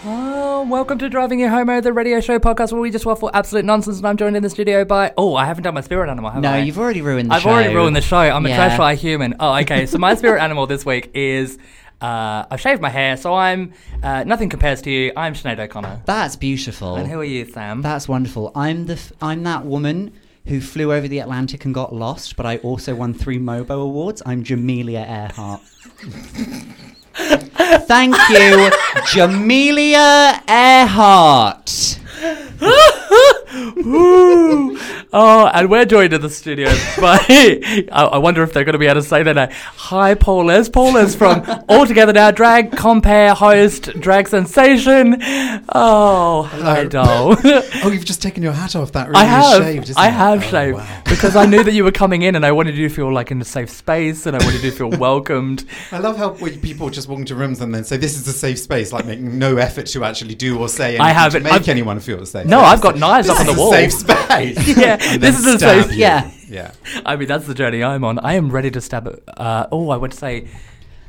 everyone. Oh, Welcome to Driving You Homo, the radio show podcast where we just waffle absolute nonsense. And I'm joined in the studio by. Oh, I haven't done my spirit animal, have No, I? you've already ruined the I've show. already ruined the show. I'm a Yeah. trash fire human. Oh, okay. So my spirit animal this week is. Uh, I've shaved my hair, so I'm. Uh, nothing compares to you. I'm Sinead O'Connor. That's beautiful. And who are you, Sam? That's wonderful. I'm the f- I'm that woman who flew over the Atlantic and got lost, but I also won three MOBO awards. I'm Jamelia Earhart. Thank you, Jamelia Earhart. Oh, and we're joined in the studio by. I, I wonder if they're going to be able to say their name. Hi, Paul Les. Paul Les from All Together Now Drag Compare Host Drag Sensation. Oh, hi, doll. Oh, you've just taken your hat off. That really I is have. shaved, isn't I it? have Oh, shaved wow. because I knew that you were coming in, and I wanted you to feel like in a safe space, and I wanted you to feel welcomed. I love how we- people just walk into rooms and then say, "This is a safe space," like making no effort to actually do or say anything I to haven't- make I've- anyone feel safe. No, I've got knives this up on is the a wall. safe space. Yeah, And this then is a stab safe- you. yeah. yeah. I mean, that's the journey I'm on. I am ready to stab. At, uh, oh, I want to say.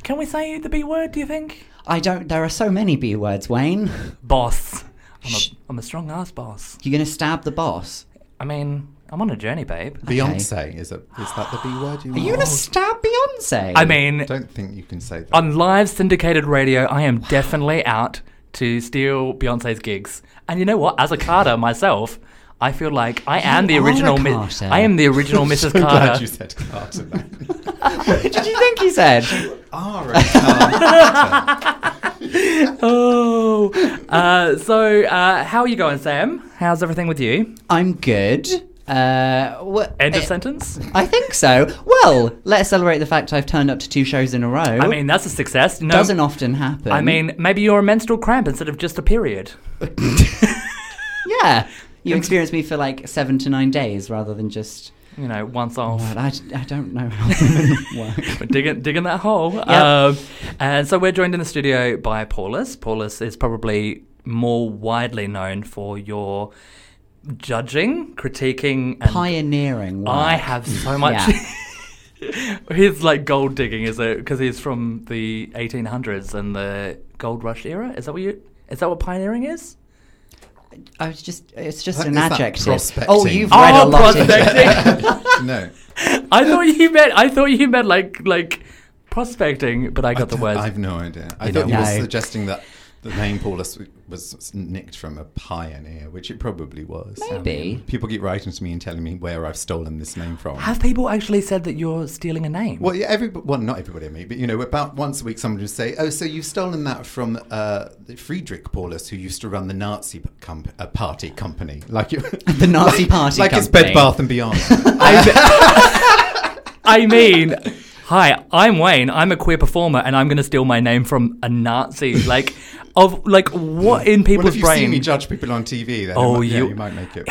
Can we say the B word? Do you think? I don't. There are so many B words, Wayne. Boss. I'm a, Shh. I'm a strong ass boss. You're gonna stab the boss. I mean, I'm on a journey, babe. Beyonce is it? Is that the B word? You Are you want? gonna stab Beyonce? Oh. I mean, I don't think you can say that. on live syndicated radio, I am definitely out to steal Beyonce's gigs. And you know what? As a Carter myself, I feel like I am the are a original. Mi- Carter. I am the original I'm Mrs. so glad Carter. you said Carter. then. did you think he said? Are a Carter. Oh, uh, so uh, how are you going, Sam? How's everything with you? I'm good. Uh, what? End of sentence. I think so. Well, let's celebrate the fact I've turned up to two shows in a row. I mean, that's a success. No, doesn't often happen. I mean, maybe you're a menstrual cramp instead of just a period. yeah, you experience me for like seven to nine days rather than just. You know, once off. God, I, I don't know how women work. We're digging, digging that hole. Um, and so we're joined in the studio by Paulus. Paulus is probably more widely known for your judging, critiquing, and Pioneering. Work. I have so much. His like gold digging is it because he's from the 1800s and the gold rush era. Is that what you? Is that what pioneering is? I was just. It's just That- an is that adjective. prospecting? Oh, you've Oh, read a lot. into prospecting. it. Uh, no, I thought you meant. I thought you meant like like prospecting, but I got the don't- words. I've no idea. I You thought know. you were No. suggesting that the name Paulus w- was nicked from a pioneer, which it probably was. Maybe. People keep writing to me and telling me where I've stolen this name from. Have people actually said that you're stealing a name? well, yeah, every well, not everybody, I mean, but you know, about once a week, someone would say, "Oh, so you've stolen that from uh, Friedrich Paulus, who used to run the Nazi p- comp- uh, party company, like you, The Nazi Party. like company. it's Bed Bath and Beyond." I me- I mean, hi, I'm Wayne. I'm a queer performer, and I'm going to steal my name from a Nazi. Like, of like, what in well, people's if you see brain? me judge people on TV, then Oh, oh, you, you- Ah, you might make it.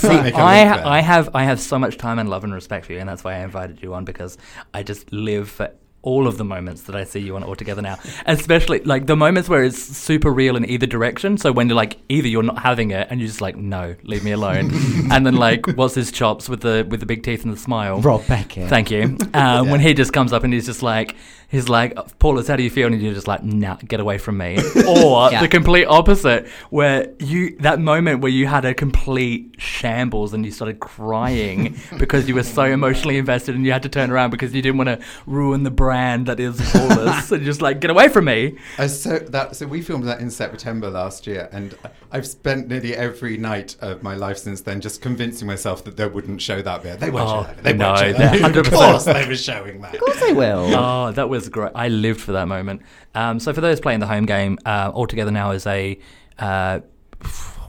See, might make a I, link there. I have, I have so much time and love and respect for you, and that's why I invited you on because I just live for all of the moments that I see you on altogether now, especially like the moments where it's super real in either direction. So when you're like, either you're not having it, and you're just like, no, leave me alone, and then like, what's his chops with the with the big teeth and the smile? Rob Beckett. Thank you. Um, When he just comes up and he's just like, he's like, Paulus, how do you feel? And you're just like, nah, get away from me. Or Yeah. the complete opposite, where you that moment where you had a complete shambles and you started crying because you were so emotionally invested and you had to turn around because you didn't want to ruin the brand that is Paulus. and you're just like, get away from me. Uh, so that so we filmed that in September last year, and I've spent nearly every night of my life since then just convincing myself that they wouldn't show that bit. They won't Oh, show that. bit. They no, won't show they're that. bit. Of 100%. course, they were showing that. Of course they will. Oh, that was great. I lived for that moment. Um, so for those playing the home game, uh, altogether now is a. Uh,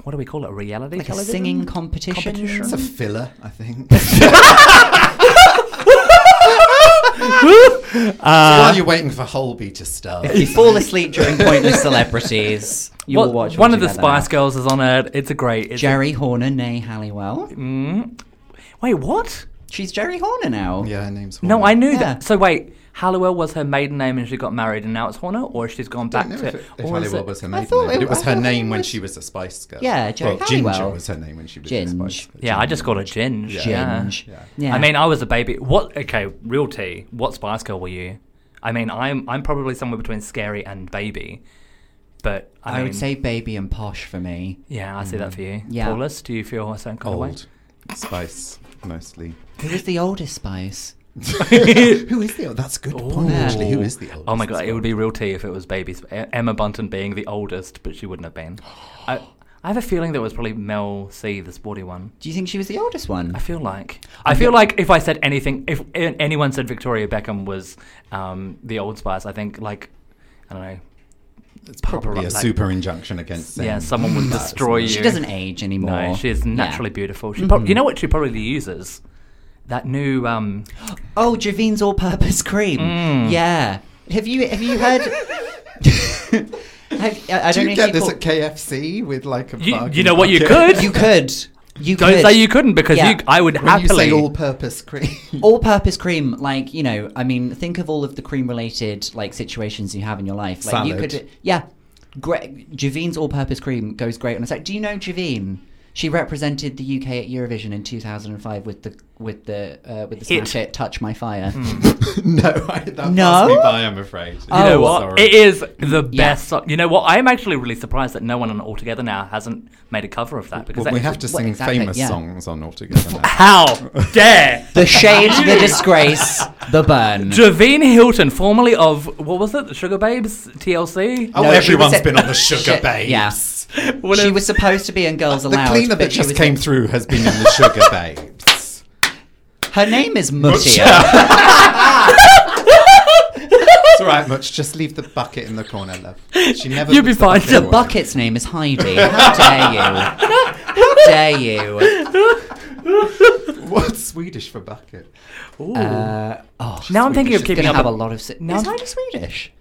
what do we call it? A reality like a television? singing competition. Competition? It's a filler, I think. While you're waiting for Holby to start. If you fall asleep during pointless celebrities, you Well, will watch one of the Spice Altogether. Girls is on it. It's a great. It's Jerry Horner, nay Halliwell. wait, what? She's Jerry Horner now. Yeah, her name's No, I Holby. knew Yeah. that. So wait, Halliwell was her maiden name, and she got married, and now it's Horner, or she's gone I back don't know to. if, it, if or is Halliwell it- was her I maiden thought name, but it- it was I her thought name it when was- she was a Spice Girl. Yeah, Jerry well, Ginger Halliwell. was her name when she was Ginge. a Spice Girl. yeah, I just called her Ginger. Ginge. Yeah. Yeah. Ginge. Yeah. Yeah. I mean, I was a baby. What? Okay, real tea. What Spice Girl were you? I mean, I'm I'm probably somewhere between Scary and Baby. But I, I, mean, would say baby and posh for me. yeah, I see that for you. Yeah. Paulus, do you feel a certain kind Old Spice mostly. Who was the oldest Spice? Who is the old? That's a good of way? point. Ooh. Actually, who is the oldest? Oh my god, it would be real tea if it was baby Sp- E-, Emma Bunton being the oldest, but she wouldn't have been. I, I have a feeling that was probably Mel C, the sporty one. Do you think she was the oldest one? I feel like I feel like if I said anything, if a- anyone said Victoria Beckham was um, the Old Spice, I think like I don't know, It's probably a Like- super injunction against them. yeah, someone would That's destroy you. nice. She doesn't age anymore. No, she is Yeah. naturally beautiful. She Mm-hmm. prob- you know what she probably uses? That new um, Oh, Javine's all-purpose cream. Mm. Yeah. Have you have you heard? have, I, I don't Do know you if get this call- at KFC with like a You- bargain you know what you bucket? could? You could. You Don't could. say you couldn't because Yeah. you, I would When you happily. say all-purpose cream. all-purpose cream like you know i mean think of all of the cream related like situations you have in your life like you Salad. could yeah great javine's all-purpose cream goes great on a sack do you know javine she represented the uk at eurovision in 2005 with the with the uh, with the Hit. smash hit touch my fire Hmm. no, I, that No? passed me by. I'm afraid. you know Oh, what? Sorry. It is the Yeah. best song. You know what? I am actually really surprised that no one on Altogether now hasn't made a cover of that because Well, we that- have to Well, sing exactly, famous yeah. songs on Altogether now. How dare the shade the disgrace the burn Javine Hilton, formerly of what was it, The Sugar Babes TLC? Oh, No, she everyone's was a- been on the Sugar Shit, Babes. yeah. Well, she it- was supposed to be in girls The allowed cleaner that but she just was- came through has been in the Sugar Babes. her name is mutia it's all right, Much. Just leave the bucket in the corner, love. She never. You'll be leaves fine. The the bucket. away. bucket's name is heidi how dare you how dare you What's Swedish for bucket? Ooh. Uh, oh, Now I'm thinking of Swedish is keeping gonna up have a with- lot of. Si- now is I'm- Heidi Swedish?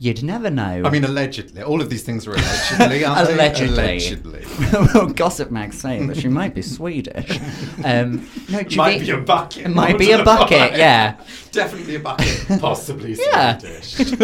You'd never know. I mean, allegedly. All of these things are allegedly, aren't Allegedly. they? Allegedly. well, gossip mags say that she might be Swedish. Um, no, It might Javi- be a bucket. It might Not be a to the bucket. fire. Yeah. Definitely a bucket. Possibly Yeah. Swedish.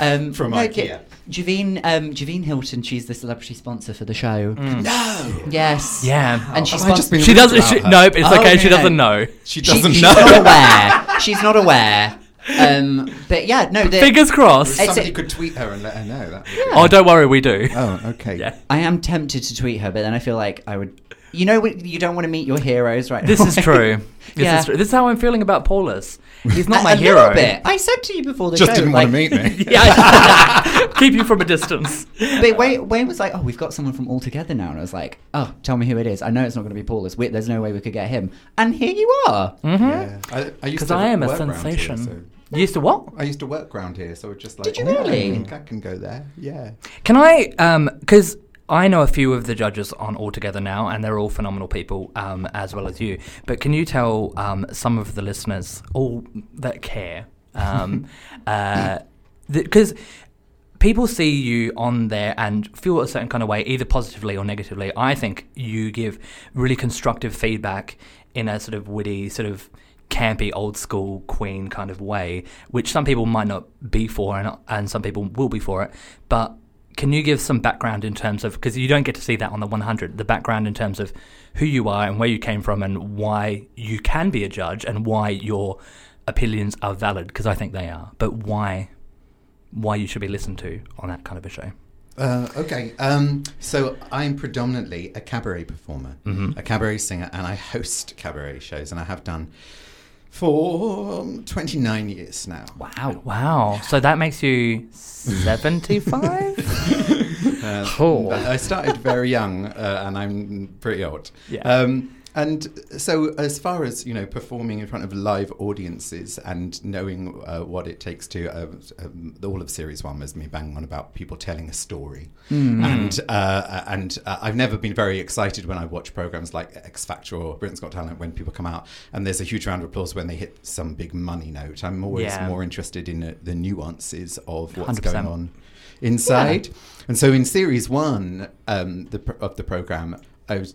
Um, From no, Ikea. Ja- Javine, um, Javine Hilton. She's the celebrity sponsor for the show. no. Yes. yeah. And she's Mm. Have I just been she rude doesn't. about She, her? nope, it's Oh, okay. no, she no. doesn't know. She, She doesn't she's know. not aware. She's not aware. Um, but yeah, no. The, Fingers crossed. It's- Somebody could tweet her and let her know. That would be- Oh, don't worry, we do. Oh, okay. Yeah. I am tempted to tweet her, but then I feel like I would. You know, when you don't want to meet your heroes, right? This is away. true. This Yeah. is true. This is how I'm feeling about Paulus. He's not a, my a hero. Little bit. I said to you before the Just show, didn't like, want to meet me. Yeah, I- keep you from a distance. But Wayne, Wayne was like, "Oh, we've got someone from All Together now," and I was like, "Oh, tell me who it is. I know it's not going to be Paulus. We, there's no way we could get him." And here you are. Mm-hmm. Yeah. I, I used Because to I am a work round here, sensation. so- You used to what? I used to work round here, so it's just like. Did you "Oh, I really? think I can go there. Yeah. Can I? Um, because I know a few of the judges on Altogether now, and they're all phenomenal people, um, as well as you. But can you tell um, some of the listeners, all that care, um, uh, because people see you on there and feel a certain kind of way, either positively or negatively. I think you give really constructive feedback in a sort of witty, sort of campy, old school Queen kind of way, which some people might not be for, and and some people will be for it, but. Can you give some background in terms of because you don't get to see that on the 100 the background in terms of who you are and where you came from and why you can be a judge and why your opinions are valid because I think they are but why why you should be listened to on that kind of a show. Uh, okay, um, so I'm predominantly a cabaret performer, Mm-hmm. a cabaret singer, and I host cabaret shows, and I have done for um, 29 years now. Wow. Wow. So that makes you 75? Uh, Cool. but I started very young, uh, and I'm pretty old. Yeah. Um, and so, as far as you know, performing in front of live audiences and knowing uh, what it takes to, uh, um, all of series one was me banging on about people telling a story, Mm. and uh, and uh, I've never been very excited when I watch programs like X Factor or Britain's Got Talent when people come out and there's a huge round of applause when they hit some big money note. I'm always Yeah. more interested in uh, the nuances of what's 100%. going on inside. And so in series one um, the, pr- of the program, I was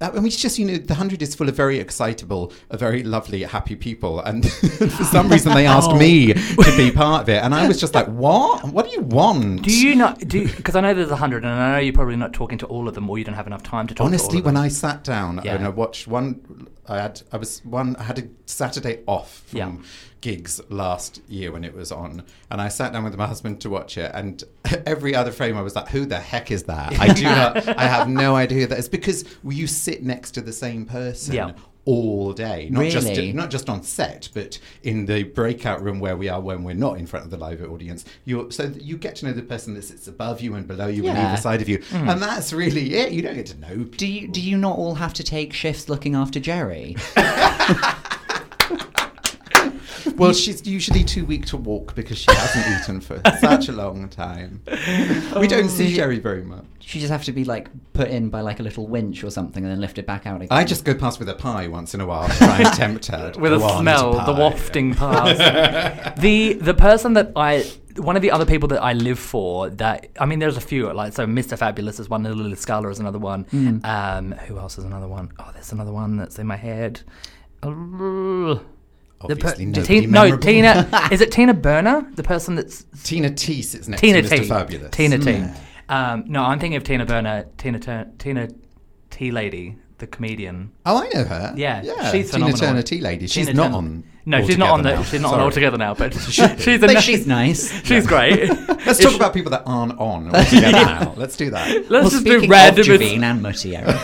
I mean, it's just you know, the hundred is full of very excitable, uh, very lovely, happy people, and for some reason they asked Oh. me to be part of it, and I was just like, "What? What do you want?" Do you not? Do because I know there's a hundred, and I know you're probably not talking to all of them, or you don't have enough time to talk. Honestly, to all of when them. I sat down Yeah. and I watched one, I had I was one I had a Saturday off from Yeah. gigs last year when it was on, and I sat down with my husband to watch it, and every other frame I was like, "Who the heck is that?" I do not, I have no idea who that is because you sit next to the same person. Yeah. All day, not Really? just not just on set, but in the breakout room where we are when we're not in front of the live audience. You so you get to know the person that sits above you and below you and Yeah. either side of you, Hmm. and that's really it. You don't get to know. People. Do you do you not all have to take shifts looking after Jerry? Well, she's usually too weak to walk because she hasn't eaten for such a long time. We Oh, don't see Jerry very much. she just have to be like put in by like a little winch or something and then lifted back out again. I just go past with a pie once in a while to try and tempt her. to with go a on to smell, the pie. wafting past. the the person that I one of the other people that I live for that I mean there's a few like so Mr. Fabulous is one, Lily Scala is another one. Hmm. Um, who else is another one? Oh, there's another one that's in my head. Uh, the per- Obviously, Ti- nobody no, memorable. Tina. is it Tina Burner? The person that's Tina T sits next Tina to T. Mr. Fabulous. Hmm. Tina T. Um, no, I'm thinking of Tina Burner, Tina Turner, Tina T Lady, the comedian. Oh, I know her. Yeah, yeah. she's Tina phenomenal. Turner T lady. She's Tina not Turner. on. No, she's not on the. Altogether now. She's not on Sorry. altogether now, but she's a. but she's nice. She's great. Let's talk about people that aren't on altogether now. Let's do that. Let's well, just speaking do random. of Javine and Mutiera,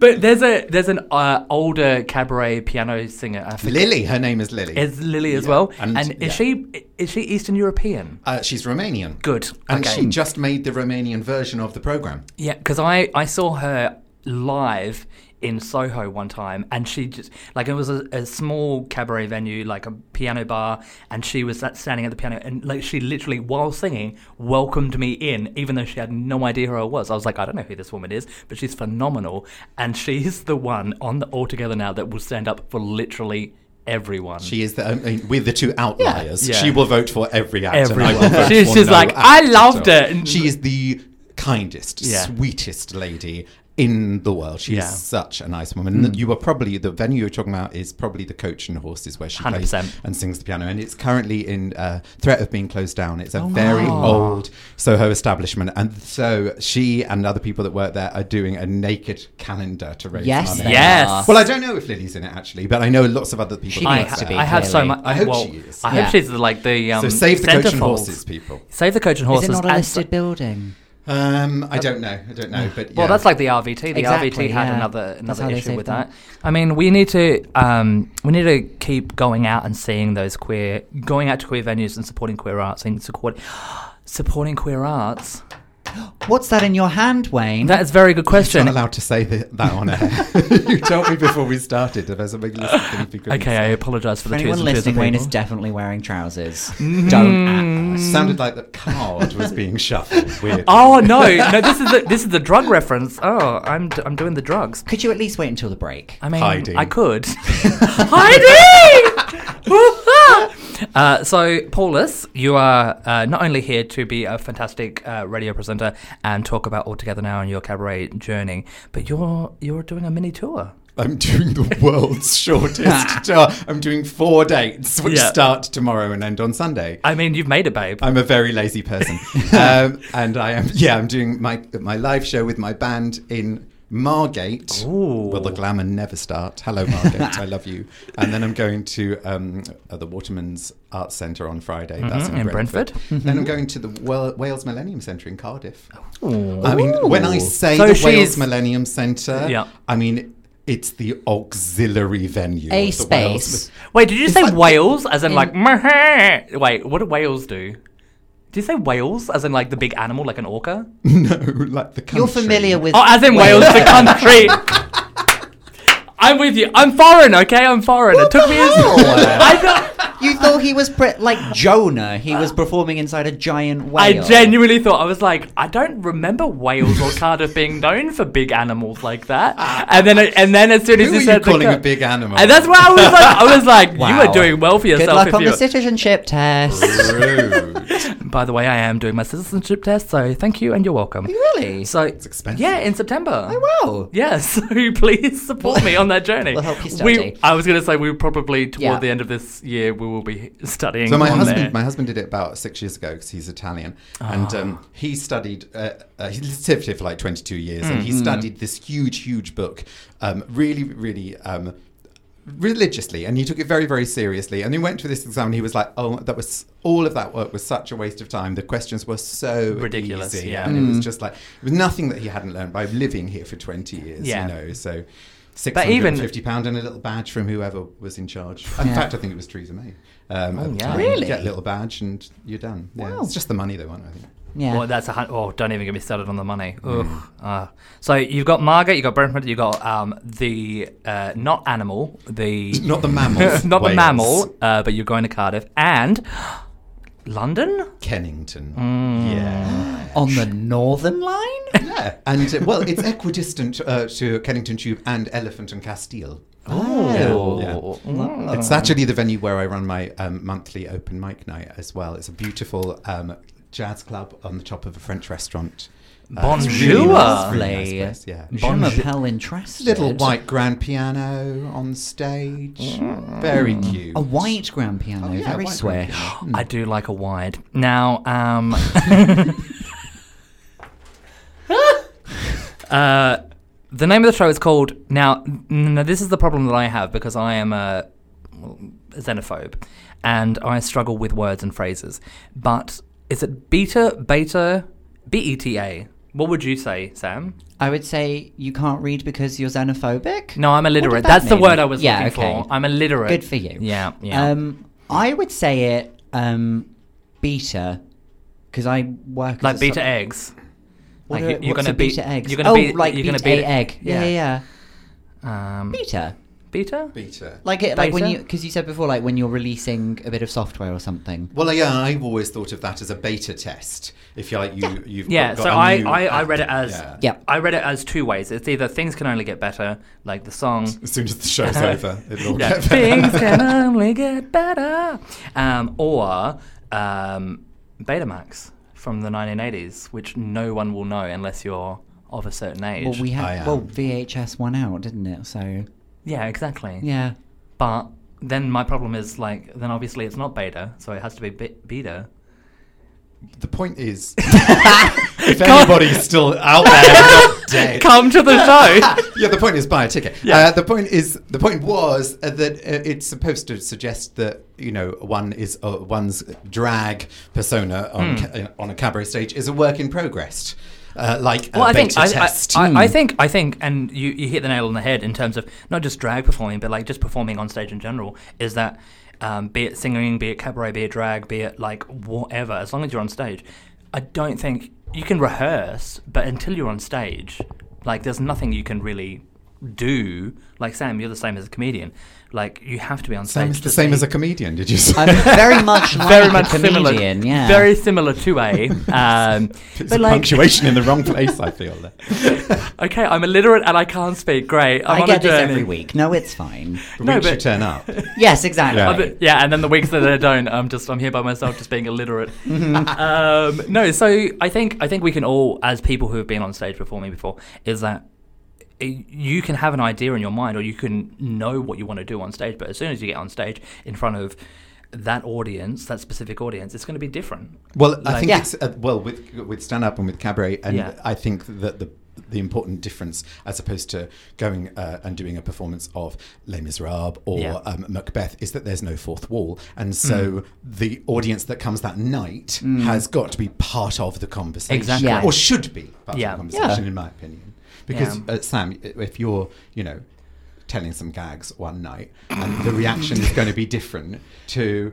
But there's a there's an uh, older cabaret piano singer. I forget. Lily, her name is Lily. Is Lily as Yeah, well? And, and- is she is she Eastern European? Uh, she's Romanian. Good. And okay. she just made the Romanian version of the program. Yeah, because I, I saw her live in Soho one time, and she just like it was a, a small cabaret venue, like a piano bar, and she was sat- standing at the piano, and like she literally while singing welcomed me in, even though she had no idea who I was. I was like, I don't know who this woman is, but she's phenomenal, and she's the one on the All Together now that will stand up for literally everyone. She is the only, with the two outliers. Yeah. She will vote for every act. Everyone. And I will vote She's for just no like, act "I loved at all." it. She is the kindest, Yeah. sweetest lady in the world. She Yeah. Mm. is such a nice woman. You were probably the venue you're talking about is probably the Coach and Horses where she plays 100%. and sings the piano, and it's currently in uh, threat of being closed down. It's a Oh, very old Soho establishment, and so she and other people that work there are doing a naked calendar to raise yes, money. they Yes. are. Well, I don't know if Lily's in it actually, but I know lots of other She people. that I, work needs to ha- be, there. I have so clearly. much. I hope well, she is. I Yeah. hope she's like the um, So save the coach and centerfold. horses, people. Save the coach and is horses. it not a and- listed building? Um, I don't know. I don't know. But yeah. Well, that's like the RVT. The Exactly, RVT had yeah. another That's another how they issue save with them. that. I mean, we need to um, we need to keep going out and seeing those queer, going out to queer venues and supporting queer arts and support, supporting queer arts. What's that in your hand, Wayne? That is a very good You're question. not allowed to say th- that on air. you told me before we started. If there's somebody listening, then if you couldn't Okay, I say. apologise for For the twos anyone and twos listening, of Wayne is people. Mm. definitely wearing trousers. Don't at us. sounded like the card was being shuffled. Weird. Oh no, no! This is the this is the drug reference. Oh, I'm d- I'm doing the drugs. Could you at least wait until the break? I mean, Hiding. I could. Hiding! uh, so, Paulus, you are uh, not only here to be a fantastic uh, radio presenter and talk about All Together Now and your cabaret journey, but you're you're doing a mini tour. I'm doing the world's shortest tour. I'm doing four dates, which Yeah. start tomorrow and end on Sunday. I mean, you've made it, babe. I'm a very lazy person, um, and I am. Yeah, I'm doing my my live show with my band in Margate. Ooh. Will the glamour never start? Hello, Margate, I love you. And then I'm going to um, uh, the Waterman's Arts Centre on Friday. That's in, Mm-hmm. in Brentford. Brentford. Then I'm going to the Wel- Wales Millennium Centre in Cardiff. I mean, when I say So the she's- Wales Millennium Centre, Yeah. I mean it's the auxiliary venue. A of the Wales space. Wait, did you say like- Wales as in like? Wait, what do whales do? Did you say whales as in like the big animal, like an orca? No, like the country. You're familiar with. Oh, as in Wales, the country. I'm with you. I'm foreign, okay? I'm foreign. it took me. A, hell? I thought You thought he was pre- like Jonah. He was performing inside a giant I whale. genuinely thought I was like, I don't remember Wales or Cardiff being known for big animals like that. And then, and then as soon as Ah. Who he are you said, the calling co- a big animal? and that's why I was like, I was like, you Wow. are doing well for Good yourself. luck if on you the citizenship test. Rude. By the way, I am doing my citizenship test, so thank you and you're welcome. really? So It's expensive. Yeah, in September. oh wow. Yeah, so please support me on that journey. We'll help you study. We, I was going to say we probably toward Yeah. the end of this year we will be studying. So my on husband, there. my husband did it about six years ago because he's Italian, and Ah. um, he studied. Uh, uh, he lived here for like twenty two years, and he Mm-hmm. studied this huge, huge book, um, really, really. Um, religiously and he took it very very seriously and he went to this exam and he was like oh that was all of that work was such a waste of time the questions were so Ridiculous, easy, yeah. Mm. and it was just like it was nothing that he hadn't learned by living here for 20 years Yeah. you know so But even- 650 pound and a little badge from whoever was in charge in Yeah. fact i think it was theresa may um, at Oh, the yeah. time. Really? Get a little badge and you're done. Yeah. Wow. It's just the money they want, I think. Yeah. Well, that's a hun- oh, don't even get me started on the money. Mm. Ugh. Ah. so you've got Margaret, you've got Brentford, you've got um, the uh, not animal, the Not the mammals. not the Wales. mammal, uh, but you're going to Cardiff and London. Kennington. Mm. Yeah. on the Northern Line. Yeah. And uh, well, it's equidistant uh, to Kennington Tube and Elephant and Castile. Oh, Yeah. Mm. It's actually the venue where I run my um, monthly open mic night as well. It's a beautiful um, jazz club on the top of a French restaurant. Uh, it's Bonjour. nice, nice place, yeah. Je m'appelle It's interested. a little white grand piano on stage. Very Mm. cute. A white grand piano, Oh, yeah, very white swish. grand piano. I do like a wide. Now, um, uh, the name of the show is called. Now, n- now, this is the problem that I have because I am a well, xenophobe, and I struggle with words and phrases. But is it beta, beta, b e t a? What would you say, Sam? I would say you can't read because you're xenophobic. No, I'm What did illiterate. that That's the mean? word I was Yeah, looking okay. for. I'm illiterate. Good for you. Yeah, yeah. Um, I would say it um, beta because I work like as beta a, eggs. Like, Like, what's you're gonna a beat- beta eggs? you're gonna oh, beat- like you're beta gonna beat a it. egg. Yeah. yeah, Yeah. yeah. Um, Beta. beta. Beta. Like it, like when Beta? you because you said before, like when you're releasing a bit of software or something. Well, yeah, I've always thought of that as a beta test. If you like, you you've Yeah, Got, so got a I, new I, I app. read it as Yeah. Yeah. I read it as two ways. It's either things can only get better, like the song. As soon as the show's over, it'll Uh-huh. Yeah, get better. things can only get better, um, or um, Betamax from the 1980s, which no one will know unless you're of a certain age. Well, we I had am. well VHS won out, didn't it? So yeah, exactly. yeah. But then my problem is like then obviously it's not beta, so it has to be be- beta. The point is, if anybody's still out there, they're not dead. Come to the show. yeah, the point is buy a ticket. Yeah. Uh, the point is the point was uh, that uh, it's supposed to suggest that you know one is uh, one's drag persona on Hmm. ca- uh, on a cabaret stage is a work in progress, uh, like a Well, I beta think I, I, test. I, Hmm. I think I think, and you, you hit the nail on the head in terms of not just drag performing, but like just performing on stage in general. Is that um, be it singing, be it cabaret, be it drag, be it like whatever. As long as you're on stage, I don't think you can rehearse, but until you're on stage, like there's nothing you can really do. Like Sam, you're the same as a comedian. Like you have to be on same, stage. to the same see- as a comedian. Did you say? I'm very much like very much a comedian. similar, Yeah. very similar to a. Um, It's but like, punctuation in the wrong place. I feel. there. okay, I'm illiterate and I can't speak. Great, I'm I on get a this journey. every week. No, it's fine. But No, when you but- turn up, Yes, exactly. Yeah. Uh, but- yeah, and then the weeks that I don't, I'm just I'm here by myself, just being illiterate. Mm-hmm. um, no, so I think I think we can all, as people who have been on stage performing before, is that i- you can have an idea in your mind, or you can know what you want to do on stage. But as soon as you get on stage in front of that audience, that specific audience, it's going to be different. Well, I Like- think Yeah. it's uh, well with with stand up and with cabaret, and Yeah. I think that the the important difference, as opposed to going uh, and doing a performance of Les Miserables or Yeah. Hmm. um, Macbeth, is that there's no fourth wall, and so the audience that comes that night has got to be part of the conversation, Exactly. Yeah. or should be part Yeah. of the conversation, Yeah. in my opinion. Because Yeah. uh, Sam, i- if you're you know telling some gags one night, and the reaction is going to be different to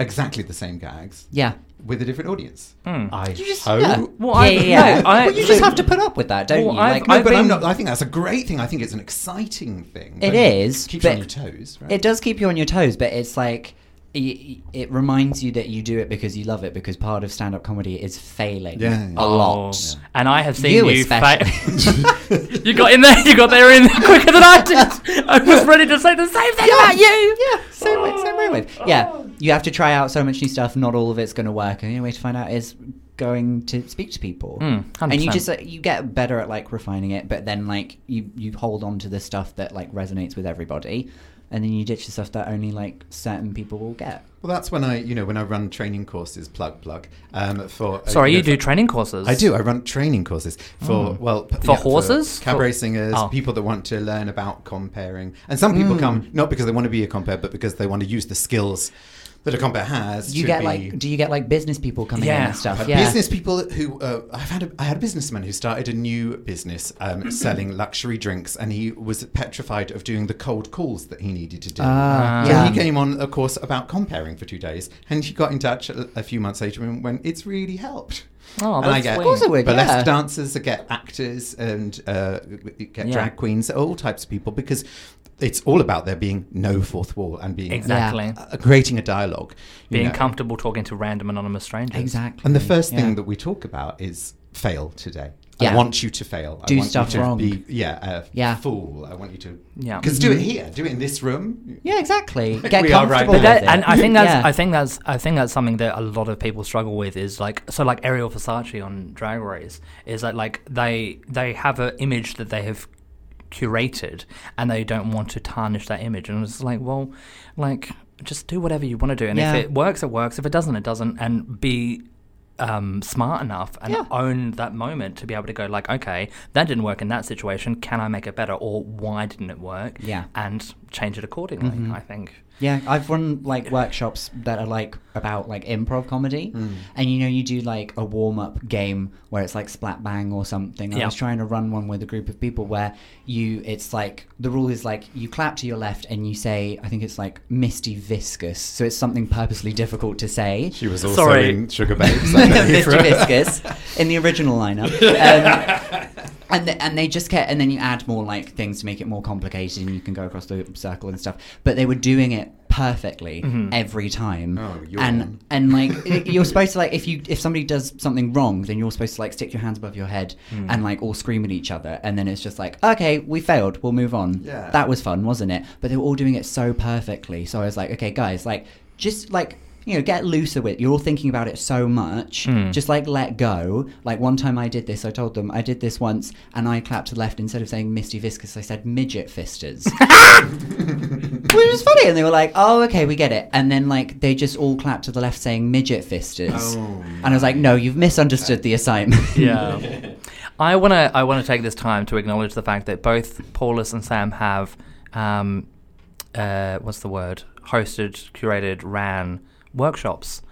exactly the same gags Yeah. with a different audience. I You just, hope. yeah. Hmm. Well, I- yeah, yeah, yeah. no, I- well, you just have to put up with that, don't Well, you? I've- Like, No, I've but I'm been- not. I think that's a great thing. I think it's an exciting thing. It But is, Keeps you on your but toes, right? it does keep you on your toes, but it's like it, it reminds you that you do it because you love it because part of stand-up comedy is failing Yeah, yeah. a lot. Oh, And I have seen You you. especially. fa- you got in there. You got there in quicker than I did. I was ready to say the same thing about you. Yeah, same way, same way with. Yeah, you have to try out so much new stuff. Not all of it's going to work, and the only way to find out is going to speak to people. Mm, and you 100%. just like, you get better at like refining it, but then like you you hold on to the stuff that like resonates with everybody, and then you ditch the stuff that only like certain people will get. Well, that's when I, you know, when I run training courses, plug, plug, um, for. uh, Sorry, know, you do for- training courses. I do. I run training courses for well p- For horses? cabaret For- singers, Oh. people that want to learn about comparing, and some Hmm. people come not because they want to be a compare, but because they want to use the skills that a compare has. You to get be- like do you get like business people coming in Yeah. and stuff? Uh, Yeah, Business people who uh, I've had a, I had a businessman who started a new business Mm-hmm. um, selling luxury drinks, and he was petrified of doing the cold calls that he needed to do. Ah, so yeah. he came on a course about comparing for two days, and he got in touch a, a few months later and went, "It's really helped." Oh, and I that's get sweet. Of course it would, burlesque yeah. dancers, I get actors, and uh, you get Yeah. drag queens, all types of people, because it's all about there being no fourth wall and being Exactly. uh, creating a dialogue, you Being know. comfortable talking to random anonymous strangers. exactly. And the first thing Yeah. that we talk about is fail today. Yeah. I want you to fail. Do I want stuff you to wrong. Be, yeah, a Yeah. fool. I want you to. Yeah. Mm-hmm. Because do it here. Do it in this room. yeah, exactly. Like, Get we are right comfortable But now. that, with it. and I think that's Yeah. I think that's I think that's something that a lot of people struggle with is like so like Ariel Versace on Drag Race is that like they they have an image that they have curated and they don't want to tarnish that image and it's like well like just do whatever you want to do and Yeah. if it works it works if it doesn't it doesn't and be um, smart enough and Yeah. own that moment to be able to go like okay that didn't work in that situation can I make it better or why didn't it work Yeah. Mm-hmm. and change it accordingly I think Yeah, I've run like workshops that are like about like improv comedy, and you know you do like a warm up game where it's like splat bang or something. I Yeah. was trying to run one with a group of people where you it's like the rule is like you clap to your left and you say I think it's like misty viscous, so it's something purposely difficult to say. She was also Sorry. in Sugar Babes. Mr. Viscous in the original lineup. Um, and, th- and they just get, and then you add more like things to make it more complicated and you can go across the circle and stuff. But they were doing it perfectly every time. Oh, you're and on. and like it- you're supposed to like if you if somebody does something wrong, then you're supposed to like stick your hands above your head and like all scream at each other and then it's just like, okay, we failed, we'll move on. Yeah. That was fun, wasn't it? But they were all doing it so perfectly. So I was like, okay, guys, like just like you know, get looser with. You're all thinking about it so much. Just like let go. Like one time I did this. I told them I did this once, and I clapped to the left instead of saying Misty Viscous. I said midget fisters. Which was funny, and they were like, "Oh, okay, we get it." And then like they just all clapped to the left, saying midget fisters. Oh, and I was like, "No, you've misunderstood the assignment." yeah. I want to I want to take this time to acknowledge the fact that both Paulus and Sam have um, uh, what's the word hosted, curated, ran workshops.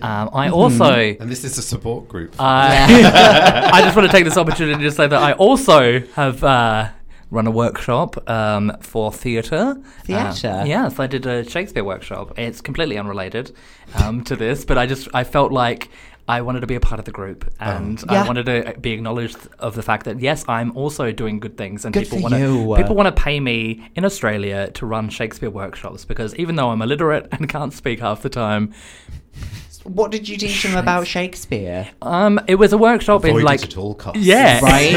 Um, I also and this is a support group. I, I just want to take this opportunity to say that I also have uh, run a workshop um, for theatre. Theatre? Uh, yes, I did a Shakespeare workshop. It's completely unrelated um, to this, but I just I felt like. I wanted to be a part of the group, and Oh. Yeah. I wanted to be acknowledged of the fact that yes, I'm also doing good things, and Good people for want you. to people want to pay me in Australia to run Shakespeare workshops because even though I'm illiterate and can't speak half the time, what did you teach them about Shakespeare? um, it was a workshop Avoid in like it at all costs. yeah, Right,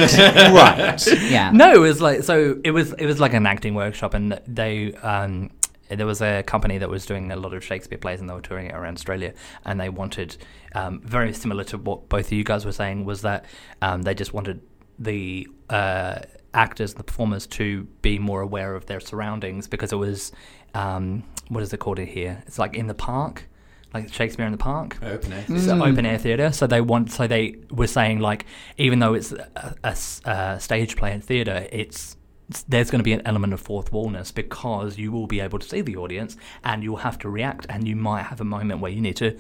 right, yeah. No, it was like so. It was it was like an acting workshop, and they um, there was a company that was doing a lot of Shakespeare plays, and they were touring it around Australia, and they wanted um, very similar to what both of you guys were saying was that um, they just wanted the uh, actors, the performers, to be more aware of their surroundings because it was um, what is it called in here? It's like in the park. Like Shakespeare in the Park Open air. it's an open air theatre. So they want, so they were saying like, even though it's a, a s- a stage play and theatre, it's it's- there's going to be an element of fourth wallness because you will be able to see the audience and you'll have to react and you might have a moment where you need to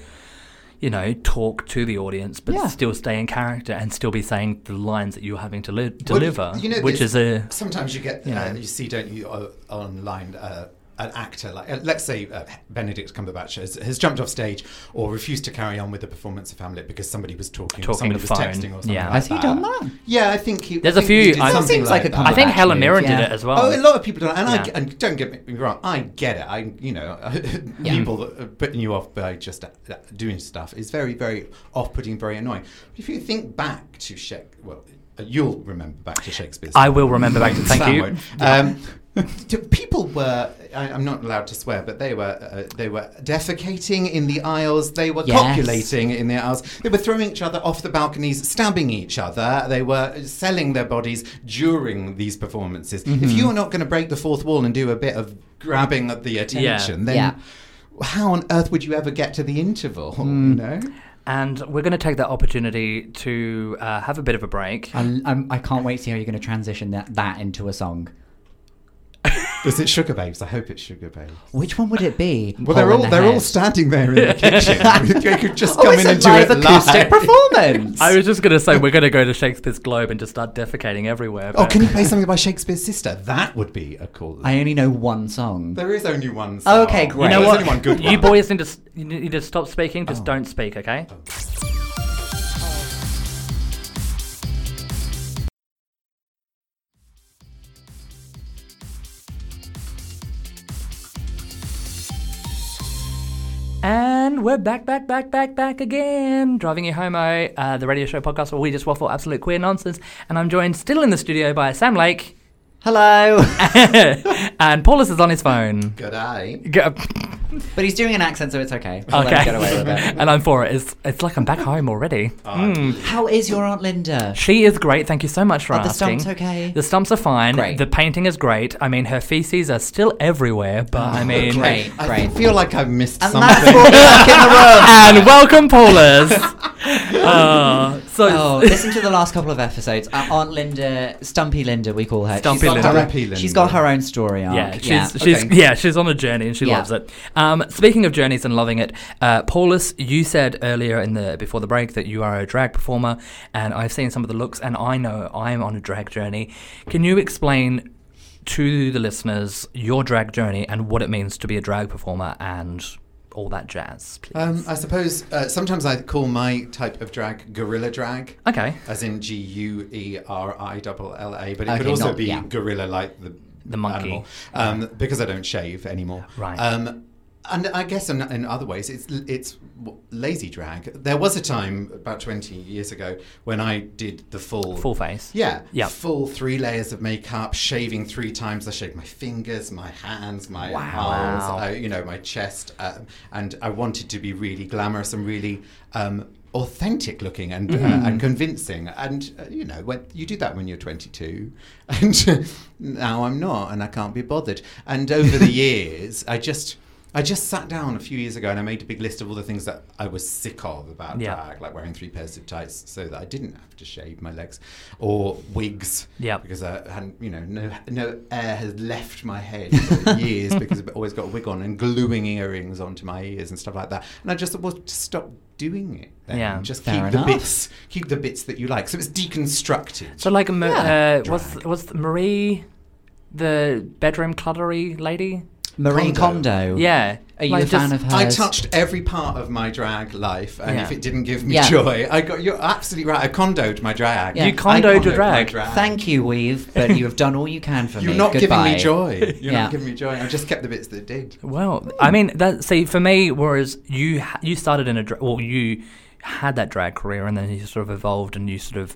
you know talk to the audience but Yeah. still stay in character and still be saying the lines that you're having to li- deliver Well, you know, which there's- is a Sometimes you get, you uh, know. you see, don't you, uh, online uh, an actor, like uh, let's say uh, Benedict Cumberbatch has, has jumped off stage or refused to carry on with the performance of Hamlet because somebody was talking, Talking or somebody on the was phone, texting, or something. yeah. like Has he done that? Yeah, I think he. There's I a think he few- did I- something Seems like a that. I think Cumberbatch Helen move, Mirren yeah. did it as well. Oh, a lot of people don't, and I Yeah. g and don't get me wrong, I get it. I, you know, people that are putting you off by just uh, doing stuff is very, very off-putting, very annoying. But if you think back to Shakespeare, well, uh, you'll remember back to Shakespeare. I will remember back to thank Sam you. won't. Um, t- people were. I, I'm not allowed to swear, but they were. Uh, they were defecating in the aisles. They were Yes. copulating in the aisles. They were throwing each other off the balconies, stabbing each other. They were selling their bodies during these performances. Mm-hmm. If you are not going to break the fourth wall and do a bit of grabbing at the attention, then. Yeah. How on earth would you ever get to the interval? Hmm. You know, And we're going to take that opportunity to uh, have a bit of a break. I, I'm, I can't wait to see how you're going to transition that, that into a song. is it Sugar Babes? I hope it's Sugar Babes. Which one would it be? Well, they're Hole in all the they're all Head. standing there in the kitchen. they could just Oh, come it's in a and do live it acoustic live. performance. I was just going to say we're going to go to Shakespeare's Globe and just start defecating everywhere. Oh, but- can you play something by Shakespeare's sister? That would be a cool. I only know one song. there is only one. Oh, okay, song. great. you know There's what? only one good you one. boys need to s- you need to stop speaking. Just don't speak, okay? And we're back, back, back, back, back again. Driving you homo, uh, the radio show podcast where we just waffle absolute queer nonsense. And I'm joined still in the studio by Sam Lake, Hello. and Paulus is on his phone. Good eye. Go- but he's doing an accent, so it's okay. I'll let Okay. him get away with it. Ah. and I'm for it. It's, it's like I'm back home already. Mm. How is your Aunt Linda? She is great. Thank you so much for Are Oh, the asking. stumps okay? The stumps are fine. Great. The painting is great. I mean, her feces are still everywhere, but I mean. Oh, Great, I great. feel like I've missed And that's something. what we're back in the room. And welcome, Paulus. Oh, so Oh, listen to the last couple of episodes. Uh, Aunt Linda, Stumpy Linda, we call her. Stumpy She's got her- Linda. she's got her own story arc. Yeah, she's yeah. she's okay. yeah she's on a journey and she Yeah. loves it. Um, speaking of journeys and loving it, uh, Paulus, you said earlier in the before the break that you are a drag performer, and I've seen some of the looks, and I know I'm on a drag journey. Can you explain to the listeners your drag journey and what it means to be a drag performer and all that jazz, please? Um, I suppose uh, sometimes I call my type of drag gorilla drag. okay, As in G U E R I double L A, but it could Okay, also not- be yeah. gorilla like the The monkey. animal, um, because I don't shave anymore. Right. Um, and I guess in, in other ways, it's it's w- lazy drag. There was a time about twenty years ago when I did the full full face. Yeah. Yep. Full three layers of makeup, shaving three times. I shaved my fingers, my hands, my Wow. arms, uh, you know, my chest. Um, and I wanted to be really glamorous and really um, authentic looking and, uh, and convincing. And, uh, you know, when, you do that when you're 22. And now I'm not, and I can't be bothered. And over the years, I just. I just sat down a few years ago and I made a big list of all the things that I was sick of about Yeah. drag, like wearing three pairs of tights so that I didn't have to shave my legs, or wigs. Yep. Because I hadn't, you know, no, no air has left my head for years because I've always got a wig on and gluing earrings onto my ears and stuff like that. And I just thought, well, just stop doing it. Then. Yeah. Just keep Fair the enough. bits, keep the bits that you like. So it's deconstructed. So like, Ma- Yeah. uh, was was Marie the bedroom cluttery lady? Marie Kondo. Kondo. Yeah. Are you Like, a fan just- of hers? I touched every part of my drag life, and Yeah. if it didn't give me Yeah. joy, I got. You're absolutely right. I condoed my drag. Yeah. You I condoed your my drag? Thank you, Weave, but you have done all you can for You're me. not giving Goodbye. me joy. You're Yeah. not giving me joy. I just kept the bits that did. Well, I mean, that see for me, whereas you ha- you started in a dra- well, you had that drag career, and then you sort of evolved, and you sort of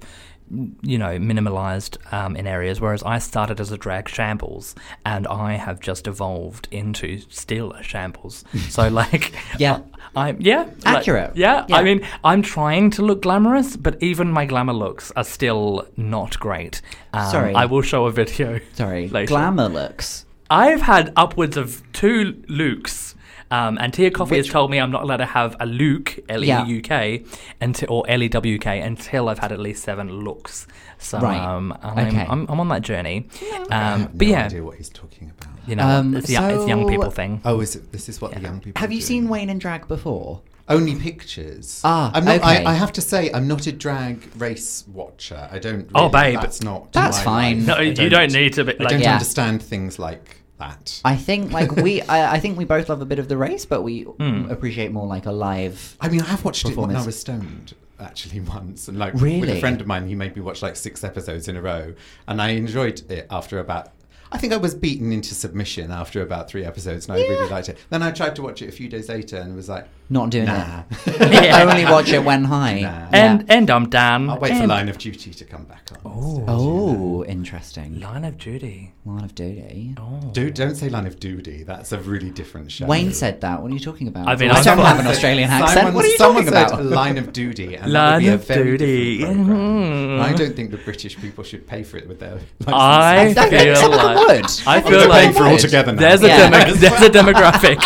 you know minimalized um, in areas. Whereas I started as a drag shambles, and I have just evolved into still a shambles. so like, Yeah. I, am yeah, like- Accurate. yeah, Yeah. I mean, I'm trying to look glamorous, but even my glamour looks are still not great. Um, Sorry. I will show a video. Sorry. later. Glamour looks. I've had upwards of two Lukes. Um, and Tia Coffee has Which- told me I'm not allowed to have a Luke, L E Yeah. U K, until or L E W K until I've had at least seven looks. So Right. um, I'm, Okay. I'm, I'm on that journey. I Um, have but no yeah, idea what he's talking about. you know, Um, it's, young, it's young so- people thing. Oh, is it, this is what the young people Have are you doing. seen Wayne in drag before? Only pictures. Ah, I'm not, okay. I, I have to say, I'm not a drag race watcher. I don't. Oh, really- babe. that's not. That's my fine. life. No, I you don't need to be I like. don't Yeah. understand things like that. I think like we, I, I think we both love a bit of the race, but we Hmm. appreciate more like a live. I mean, I have watched it when I Performance. was stoned actually once, and like with a Really? friend of mine, he made me watch like six episodes in a row, and I enjoyed it after about. I think I was beaten into submission after about three episodes, and I really Yeah. liked it. Then I tried to watch it a few days later, and was like, Not doing nah. it. Yeah. Only watch it when high. Nah. And and I'm Dan. I'll wait for and- Line of Duty to come back on. Mm. Oh. So, you Oh, interesting. Line of Duty. Line of Duty. Oh. know. Do, don't say Line of Duty. That's a really different show. Wayne said that. What are you talking about? I mean, I I don't thought- have an Australian accent. Someone- what are you someone talking said about? Line of Duty. And Line that would be a of very Duty. different programme. Mm-hmm. Mhm. I don't think the British people should pay for it with their. I That- feel some of them like would. I Some of feel them like would. for all together now. There's a Yeah. demo- there's a demographic.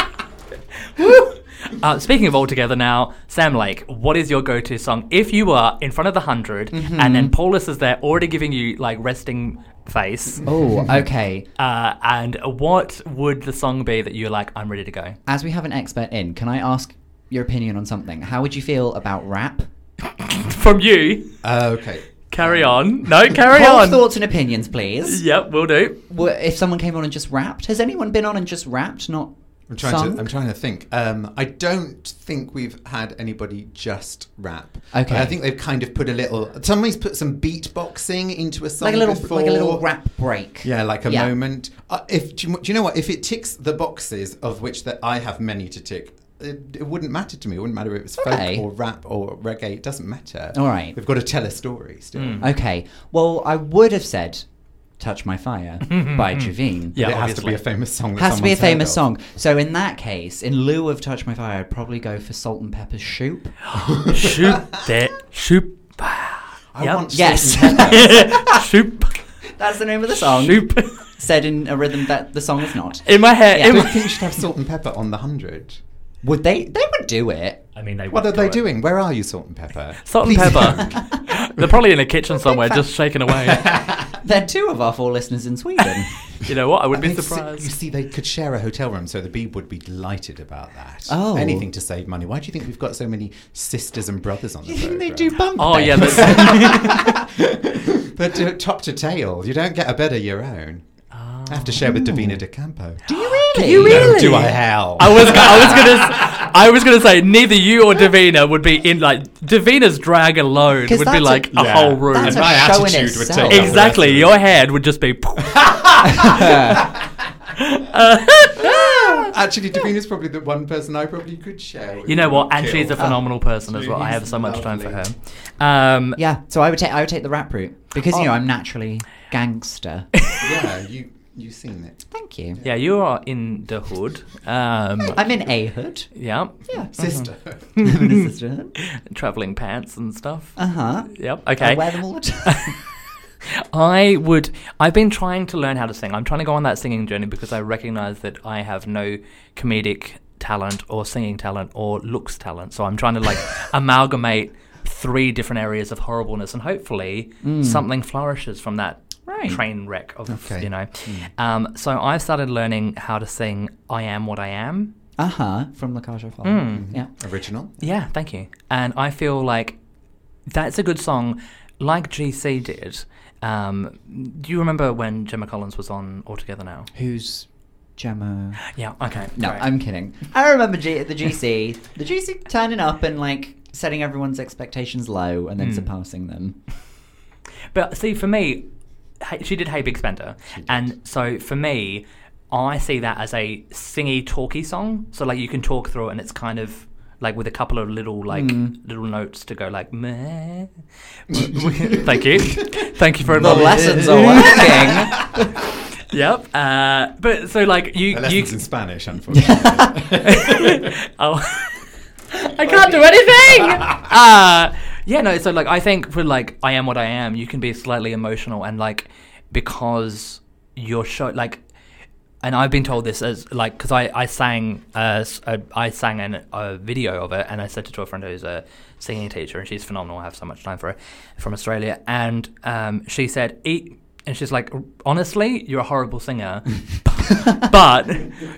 Woo. Uh, speaking of all together now, Sam Lake, what is your go-to song if you are in front of the 100 Mm-hmm. and then Paulus is there already giving you like resting face? Oh, okay. Uh, and what would the song be that you're like, I'm ready to go? As we have an expert in, can I ask your opinion on something? How would you feel about rap? From you, Uh, okay. carry on. No, carry Paul's on. thoughts and opinions, please. Yep, we'll do. Wha- If someone came on and just rapped, has anyone been on and just rapped? Not I'm trying sung? to. I'm trying to think. Um, I don't think we've had anybody just rap. Okay. I think they've kind of put a little. Somebody's put some beatboxing into a song. like a little, before. like a little rap break. Yeah, like a Yeah. moment. Uh, if do you, do you know what? If it ticks the boxes of which that I have many to tick, it, it wouldn't matter to me. It wouldn't matter if it's Okay. folk or rap or reggae. It doesn't matter. All right. We've got to tell a story still. Hmm. Okay. Well, I would have said "Touch My Fire" by Javine. Yeah, But it obviously. has to be a famous song. That Has to be a someone's heard famous of. song. So in that case, in lieu of "Touch My Fire," I'd probably go for Salt and Pepper's "Shoop." Shoop that. Shoop. I Yep. want Salt Yes. and Pepper. Shoop. That's the name of the song. Shoop. Said in a rhythm that the song is not. In my head. Yeah. in Do you my- think you should have salt and pepper on the hundred? Would they? They would do it. I mean, they What would are do they it. doing? Where are you, salt and pepper? Salt and Please pepper. They're probably in a kitchen somewhere, just shaking away. They're two of our four listeners in Sweden. You know what? I would I be mean, s- You surprised. see, they could share a hotel room, so the Beeb would be delighted about that. Oh. anything to save money. Why do you think we've got so many sisters and brothers on the You think program? they do bunk Oh yeah, beds? that's, But uh, top to tail, you don't get a bed of your own. I have to share with Davina De Campo. Ah. do you really? you really? No, do I hell? I was I was gonna s- I was gonna say neither you or Davina would be in like Davina's drag alone 'Cause would that's be a- like a, Yeah. whole room. That's And my a show in attitude would itself. take up the exactly, rest of your it. head would just be. Actually, Davina's probably the one person I probably could share. With you know what? And Kill. Uh, she's a phenomenal person as well. I have so much time for her. Um, Yeah. So I would take I would take the rap route because Oh. you know I'm naturally gangster. yeah, you you've seen it. Thank you. yeah, you are in the hood. Um, I'm in a hood. yeah, Yeah. Sister. traveling pants and stuff. uh huh. Yep. I Okay. wear them all the time. I would. I've been trying to learn how to sing. I'm trying to go on that singing journey because I recognize that I have no comedic talent or singing talent or looks talent. So I'm trying to like amalgamate three different areas of horribleness, and hopefully something flourishes from that Right. train wreck of Okay. you know. Um, so I started learning how to sing "I Am What I Am." uh huh. From La Cage aux Folles. Hmm. Yeah. Original. Yeah, thank you. And I feel like that's a good song, like GC did. Um, do you remember when Gemma Collins was on Altogether Now? Who's Gemma? Yeah, okay. No, great. I'm kidding. I remember G- the GC, the GC turning up and like setting everyone's expectations low and then Hmm. surpassing them. But see, for me, hey- she did Hey Big Spender. And so for me, I see that as a singy, talky song. So, like, you can talk through it and it's kind of. Like with a couple of little like little notes to go like meh. Thank you, thank you for The acknowledging- lessons are working. Yep. Uh, but so like you The you lessons in Spanish, unfortunately. oh, I can't do anything. Uh, yeah, no. So like, I think for like, I am what I am. You can be slightly emotional and like because you're show like. And I've been told this as like because I I sang uh, s- a- I sang an, a video of it and I said it to a friend who's a singing teacher and she's phenomenal I have so much time for her from Australia and um, she said eat and she's like honestly you're a horrible singer but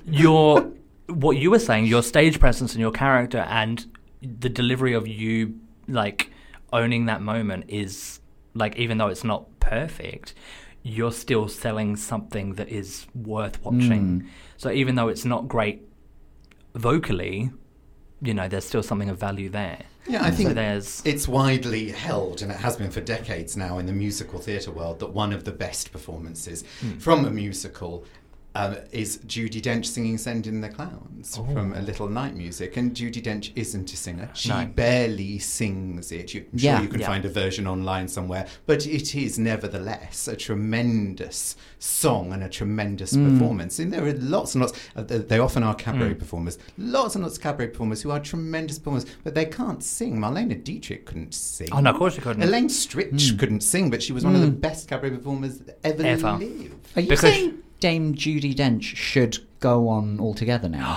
your what you were saying, your stage presence and your character and the delivery of you like owning that moment is like even though it's not perfect, you're still selling something that is worth watching. Hmm. So even though it's not great vocally, you know, there's still something of value there. Yeah, I think so there's it's widely held, and it has been for decades now in the musical theatre world, that one of the best performances Hmm. from a musical um, is Judy Dench singing "Send in the Clowns" Oh. from A Little Night Music. And Judy Dench isn't a singer; she No. barely sings it. You, I'm Yeah. sure you can Yeah. find a version online somewhere, but it is nevertheless a tremendous song and a tremendous Hmm. performance. And there are lots and lots. Uh, they they often are cabaret performers. Lots and lots of cabaret performers who are tremendous performers, but they can't sing. Marlena Dietrich couldn't sing. oh no, of course you couldn't. Hmm. Elaine Stritch couldn't sing, but she was one of the best cabaret performers that ever, Ever. lived. Are you Because- saying Dame Judy Dench should go on altogether now?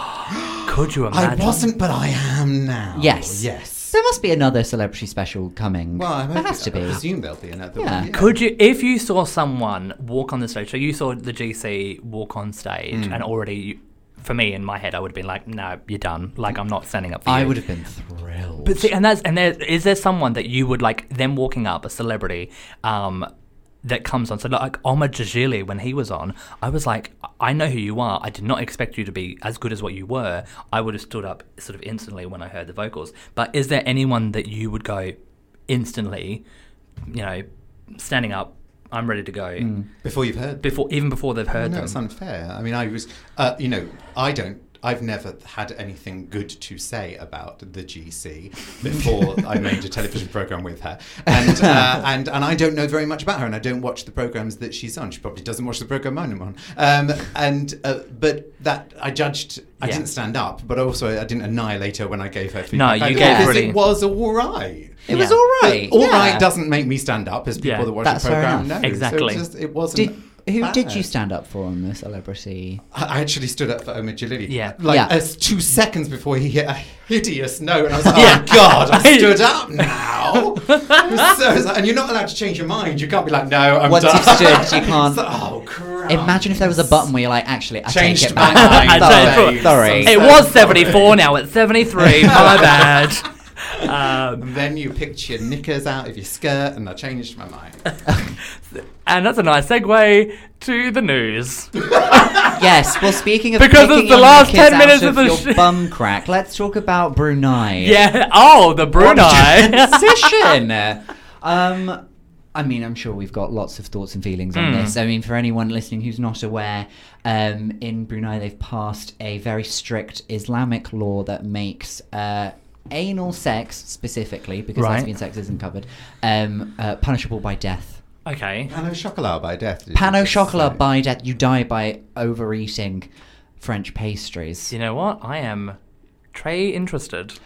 Could you I imagine? wasn't, but I am now. Yes. Yes. there must be another celebrity special coming. Well, I hope- there has to I be. presume there'll be another Yeah. one. yeah. Could you, if you saw someone walk on the stage, so you saw the GC walk on stage, and already, for me in my head, I would have been like, no, you're done. Like, I'm not standing up for I you. would have been thrilled. But see, and that's and there is there someone that you would like them walking up a celebrity, um, that comes on. So like Omar Jajili when he was on, I was like, I know who you are. I did not expect you to be as good as what you were. I would have stood up sort of instantly when I heard the vocals. But is there anyone that you would go instantly, you know, standing up? I'm ready to go Hmm. Before you've heard before even before they've heard No, them. it's unfair. I mean, I was, uh, you know, I don't. I've never had anything good to say about the GC before I made a television program with her, and uh, and and I don't know very much about her, and I don't watch the programs that she's on. She probably doesn't watch the program I'm on. Um, and uh, but that I judged. I Yeah. didn't stand up, but also I didn't annihilate her when I gave her No, feedback. I you thought gave this- really- It was all right. it was Yeah. all But right. all yeah. right doesn't make me stand up, as people Yeah. that watch That's the fair program know. enough. So it Exactly. just- it wasn't. Did, who did you bad. stand up for on the celebrity? I I actually stood up for Omid Jalili. Yeah. Like Yeah. As two seconds before he hit a hideous note, and I was like, Yeah. oh, God, I stood up now. It was so- it's like- and you're not allowed to change your mind. You can't be like, no, I'm Once done. you've stood, you can't- It's like, oh, crap. Imagine if there was a button where you're like, actually, I Changed take it my back. mind. I sorry, changed- sorry. it was 74. Now it's 73. my bad. Um, And then you picked your knickers out of your skirt, and I changed my mind. And that's a nice segue to the news. Yes. Well, speaking of Because it's picking the your last kids 10 minutes out of the your sh- bum crack, let's talk about Brunei. Yeah. Oh, the Brunei. Transition. um, I mean, I'm sure we've got lots of thoughts and feelings on this. I mean, for anyone listening who's not aware, um, in Brunei they've passed a very strict Islamic law that makes uh, anal sex specifically, because Right. lesbian sex isn't covered, um, uh, punishable by death. okay. Pano Chocolat by death. did you Pano just chocolat say? by death. You die by overeating French pastries. Do you know what? I am Trey interested.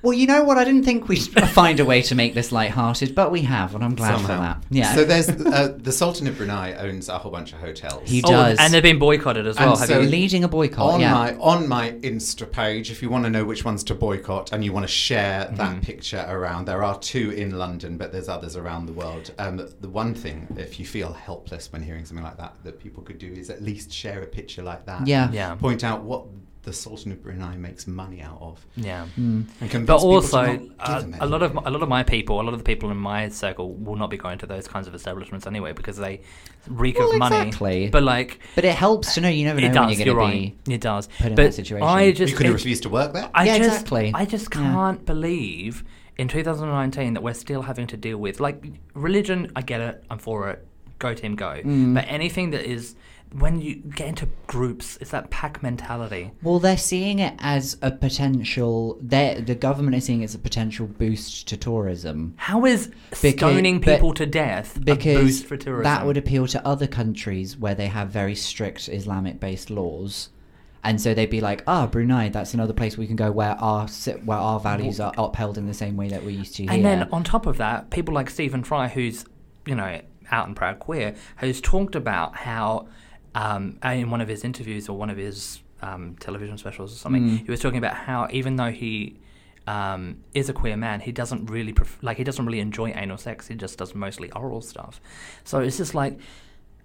Well, you know what? I didn't think we'd find a way to make this lighthearted, but we have, and I'm glad for Somehow. that. Yeah. So there's uh, the Sultan of Brunei owns a whole bunch of hotels. He Oh, does. and they've been boycotted as well. And Have so- you? leading a boycott. on yeah. my on my Insta page, if you want to know which ones to boycott and you want to share Mm-hmm. that picture around, there are two in London, but there's others around the world. Um, the one thing, if you feel helpless when hearing something like that, that people could do is at least share a picture like that. Yeah. Yeah. Point out what the Sultan of Brunei makes money out of, Mm. Yeah. Hmm. and convince But people to also, not give uh, them a lot of anything. a lot of my people, a lot of the people in my circle, will not be going to those kinds of establishments anyway because they reek Well, of money. exactly. But like, But it helps to know you never know it when does. you're You're going to right. be. It does. put in but that situation. I just you could it- have refused to work there. I Yeah, just, exactly. I just Yeah. can't believe in 2019 that we're still having to deal with like religion. I get it. I'm for it. Go team, go. Mm. But anything that is when you get into groups, it's that pack mentality. Well, they're seeing it as a potential. they're- The government is seeing it as a potential boost to tourism. How is Because- stoning but- people to death a Because boost for tourism? that would appeal to other countries where they have very strict Islamic based laws. And so they'd be like, ah, Brunei, that's another place we can go where our si- where our values are upheld in the same way that we used to here. And then on top of that, people like Stephen Fry, who's you know out and proud queer, who's talked about how um, in one of his interviews or one of his um, television specials or something, Mm. he was talking about how even though he um, is a queer man, he doesn't really pref- like he doesn't really enjoy anal sex. He just does mostly oral stuff. So it's just like.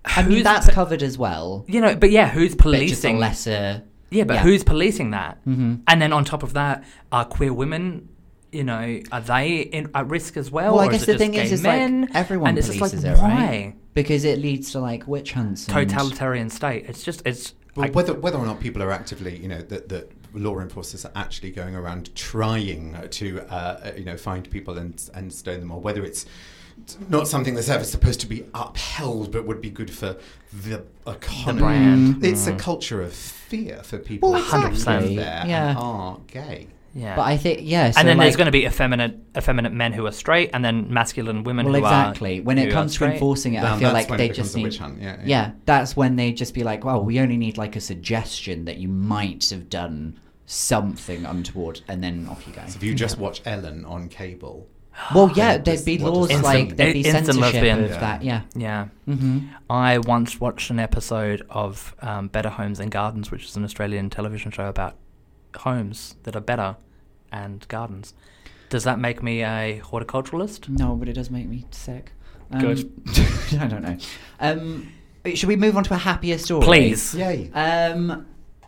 I mean, who's that's po- covered as well. you know, but yeah, who's But just a policing? lesser. Yeah, but Yeah. who's policing that? Mm-hmm. And then on top of that, are queer women you know, are they in, at risk as well? Well, I or guess is it the just thing gay is, is men? like everyone and it's just polices like, it, why? right? Because it leads to like witch hunts. and- Totalitarian state. It's just it's. Well, I- whether whether or not people are actively, you know, that that law enforcers are actually going around trying to, uh, you know, find people and and stone them, or whether it's not something that's ever supposed to be upheld, but would be good for the economy. brand. It's a culture of fear for people Mm. Well, that live 100%. there Yeah. and are gay. yeah. But I think yeah. So and then like, there's going to be effeminate effeminate men who are straight, and then masculine women well who are exactly when it who are comes to straight. enforcing it, I Then feel that's like when they it becomes just a need. witch hunt, yeah, yeah. yeah, that's when they just be like, well, we only need like a suggestion that you might have done something untoward, and then off you go. So if you just watch Ellen on cable, Well, yeah, What does- there'd be what laws does that like mean? there'd be Instant censorship lesbian. of that. Yeah. Yeah. hmm I once watched an episode of um, Better Homes and Gardens, which is an Australian television show about homes that are better and gardens. Does that make me a horticulturalist? No, but it does make me sick. Um, Good. I don't know. Um, should we move on to a happier story? Please. yay! Um,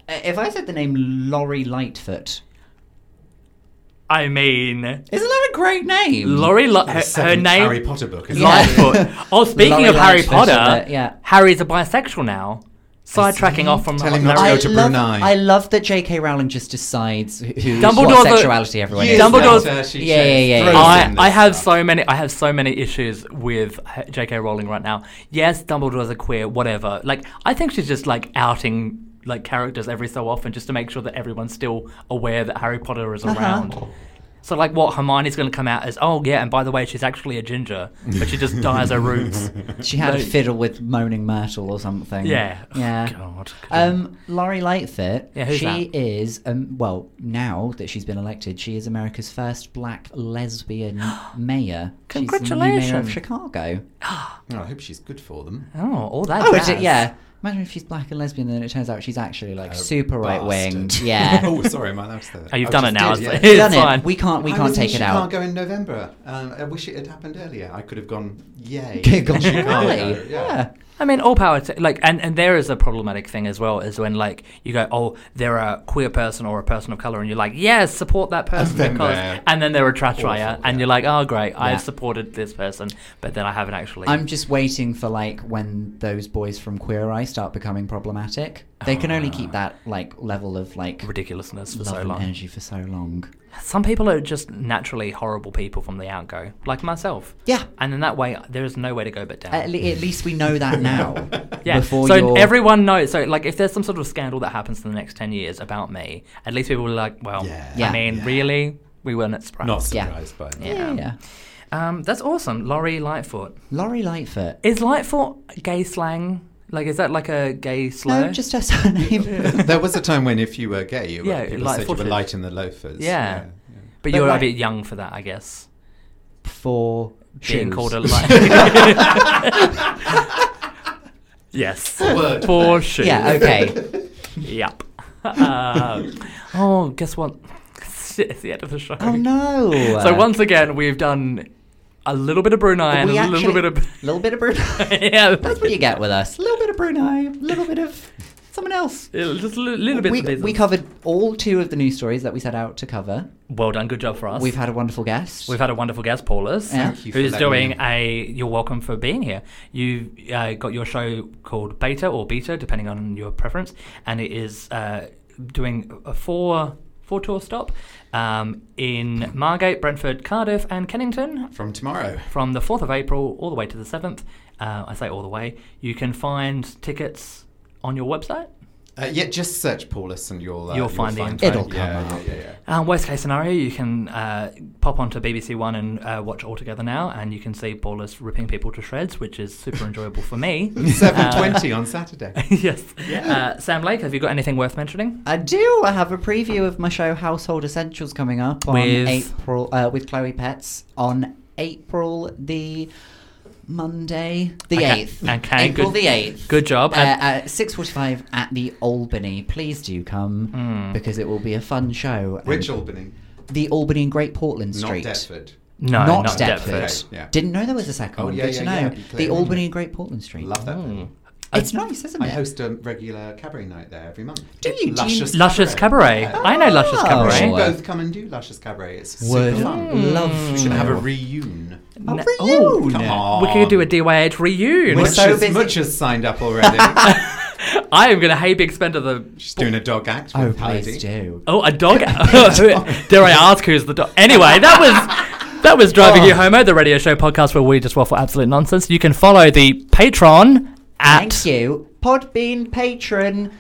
if I said the name Laurie Lightfoot, I mean, isn't that a great name? Laurie, Lo- The her, her second name. Harry Potter book. Is Yeah. Lightfoot. Oh, speaking Laurie of Harry Lightfoot, isn't Potter, it? Yeah. Harry's a bisexual now. Sidetracking he? off from Tell him Harry- not to I go to love, Brunei. I love that J.K. Rowling just decides who, who's Dumbledore- what sexuality everyone Years is. Dumbledore's- now. later, she Yeah, yeah, yeah, throws yeah. I, in this I have stuff. so many I have so many issues with H- J.K. Rowling right now. Yes, Dumbledore's a queer, whatever. Like I think she's just like outing like characters every so often just to make sure that everyone's still aware that Harry Potter is around. So like what Hermione's going to come out as? Oh yeah, and by the way, she's actually a ginger, but she just dyes her roots. She had a Like- fiddle with Moaning Myrtle or something. Yeah. Oh, Yeah. God. Um, Laurie Lightfoot. Yeah, who's she that? is um, well now that she's been elected, she is America's first black lesbian mayor. She's the new mayor Congratulations. of Chicago. Oh, I hope she's good for them. oh, all that. Oh, jazz. is it? yeah. Imagine if she's black and lesbian, and then it turns out she's actually like super right wing. Bastard. Yeah. oh, sorry, am I allowed to say that? Oh, you've I done it just now. did, It's- yeah. it's Done it. fine. We can't. We I can't was in take it out. Chicago in November. Um, I wish it had happened earlier. I could have gone. Yay! Giggle. Chicago, Really? Yeah. I mean, all power to like, and and there is a problematic thing as well is when like you go, oh, they're a queer person or a person of color, and you're like, yes, support that person then because, they're and then they're a trash awful, writer, and yeah. you're like, oh, great, Yeah. I've supported this person, but then I haven't actually. I'm just waiting for like when those boys from Queer Eye start becoming problematic. They can only keep that like level of like ridiculousness Ah. for love so and long. energy for so long. Some people are just naturally horrible people from the outgo, like myself. Yeah. and in that way, there is no way to go but down. At, le- at least we know that now. Yeah. Before so you're- everyone knows. So like, if there's some sort of scandal that happens in the next ten years about me, at least people are like, well, Yeah. Yeah. I mean, Yeah. really, we weren't surprised. Not Yeah. surprised by that. Yeah. yeah. Um, that's awesome. Laurie Lightfoot. Laurie Lightfoot. Is Lightfoot gay slang? Like, is that like a gay slur? No, just her surname. there was a time when if you were gay, you were, Yeah, people like said you were footed. light in the loafers. Yeah. yeah. But But you're like- a bit young for that, I guess. For Being shoes. called a light. yes. Word. For sure. Yeah. Okay. Yep. Um, oh, guess what? it's the end of the show. oh no. So once again, we've done a little bit of Brunei and We a actually- little bit of little bit of Brunei. yeah, That's what you get with us. A little bit of Brunei. A little bit of someone else. just a li- little bit. we, of we covered all two of the news stories that we set out to cover. Well done, good job for us. We've had a wonderful guest. We've had a wonderful guest, Paulus, Yeah. Thank you for who's letting doing me. a. You're welcome for being here. You uh, got your show called Beta or Beta, depending on your preference, and it is uh, doing a four four tour stop um, in Margate, Brentford, Cardiff, and Kennington From tomorrow. from the 4th of April all the way to the 7th. Uh, I say all the way. You can find tickets on your website. Uh, yeah, just search Paulus and you'll, uh, You'll find the info. It'll yeah, come yeah, up. Yeah, yeah, Um, worst case scenario, you can uh, pop onto BBC One and uh, watch All Together Now, and you can see Ballers ripping people to shreds, which is super enjoyable for me. Uh, Seven twenty on Saturday. yes. Uh, Sam Lake, have you got anything worth mentioning? I do. I have a preview of my show Household Essentials coming up on With- April uh, with Chloe Pets on April the Monday the Okay, eighth. okay, April good- the eighth. good job. Uh, And- at six forty-five at the Albany. Please do come Hmm. because it will be a fun show. And Rich Albany, the Albany and Great Portland not Street. Deptford. No, not, not, Deptford. Deptford. Okay, yeah. Didn't know there was a second Oh, one. yeah, Good to yeah, know. yeah, be the clear, Albany yeah. and Great Portland Street. Love that. venue. It's nice, isn't I Mm. it? host a regular cabaret night there every month. Do you? Do you- Luscious Cabaret. Yeah. I know Luscious Oh. We Cabaret. should Oh. both come and do Luscious Cabaret. It's Would Mm. super fun. love Oh, We should to. have a reunion. A No- Oh, reunion. Come on. We could do a DYH reunion. We're Much, so has, busy. Much has signed up already. I am going to hey big spender the. She's doing a dog act Oh, with please Heidi. do. Oh, a dog. Dare I ask who's the dog? Anyway, that was that was driving Oh. you homo, the radio show podcast where we just waffle absolute nonsense. You can follow the patron at. Thank you. Podbean patron.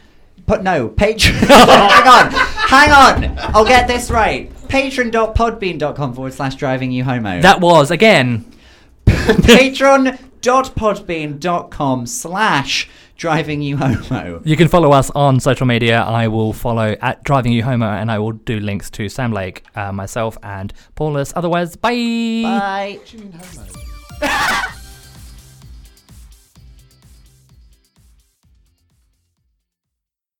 Put no patron. hang on, hang on. I'll get this right. Patron.podbean.com forward slash driving you homo. That was again. Patron.podbean.com slash driving you homo. You can follow us on social media. I will follow at driving you homo, and I will do links to Sam Lake, uh, myself, and Paulus. Otherwise, Bye. What do you mean homo? Bye.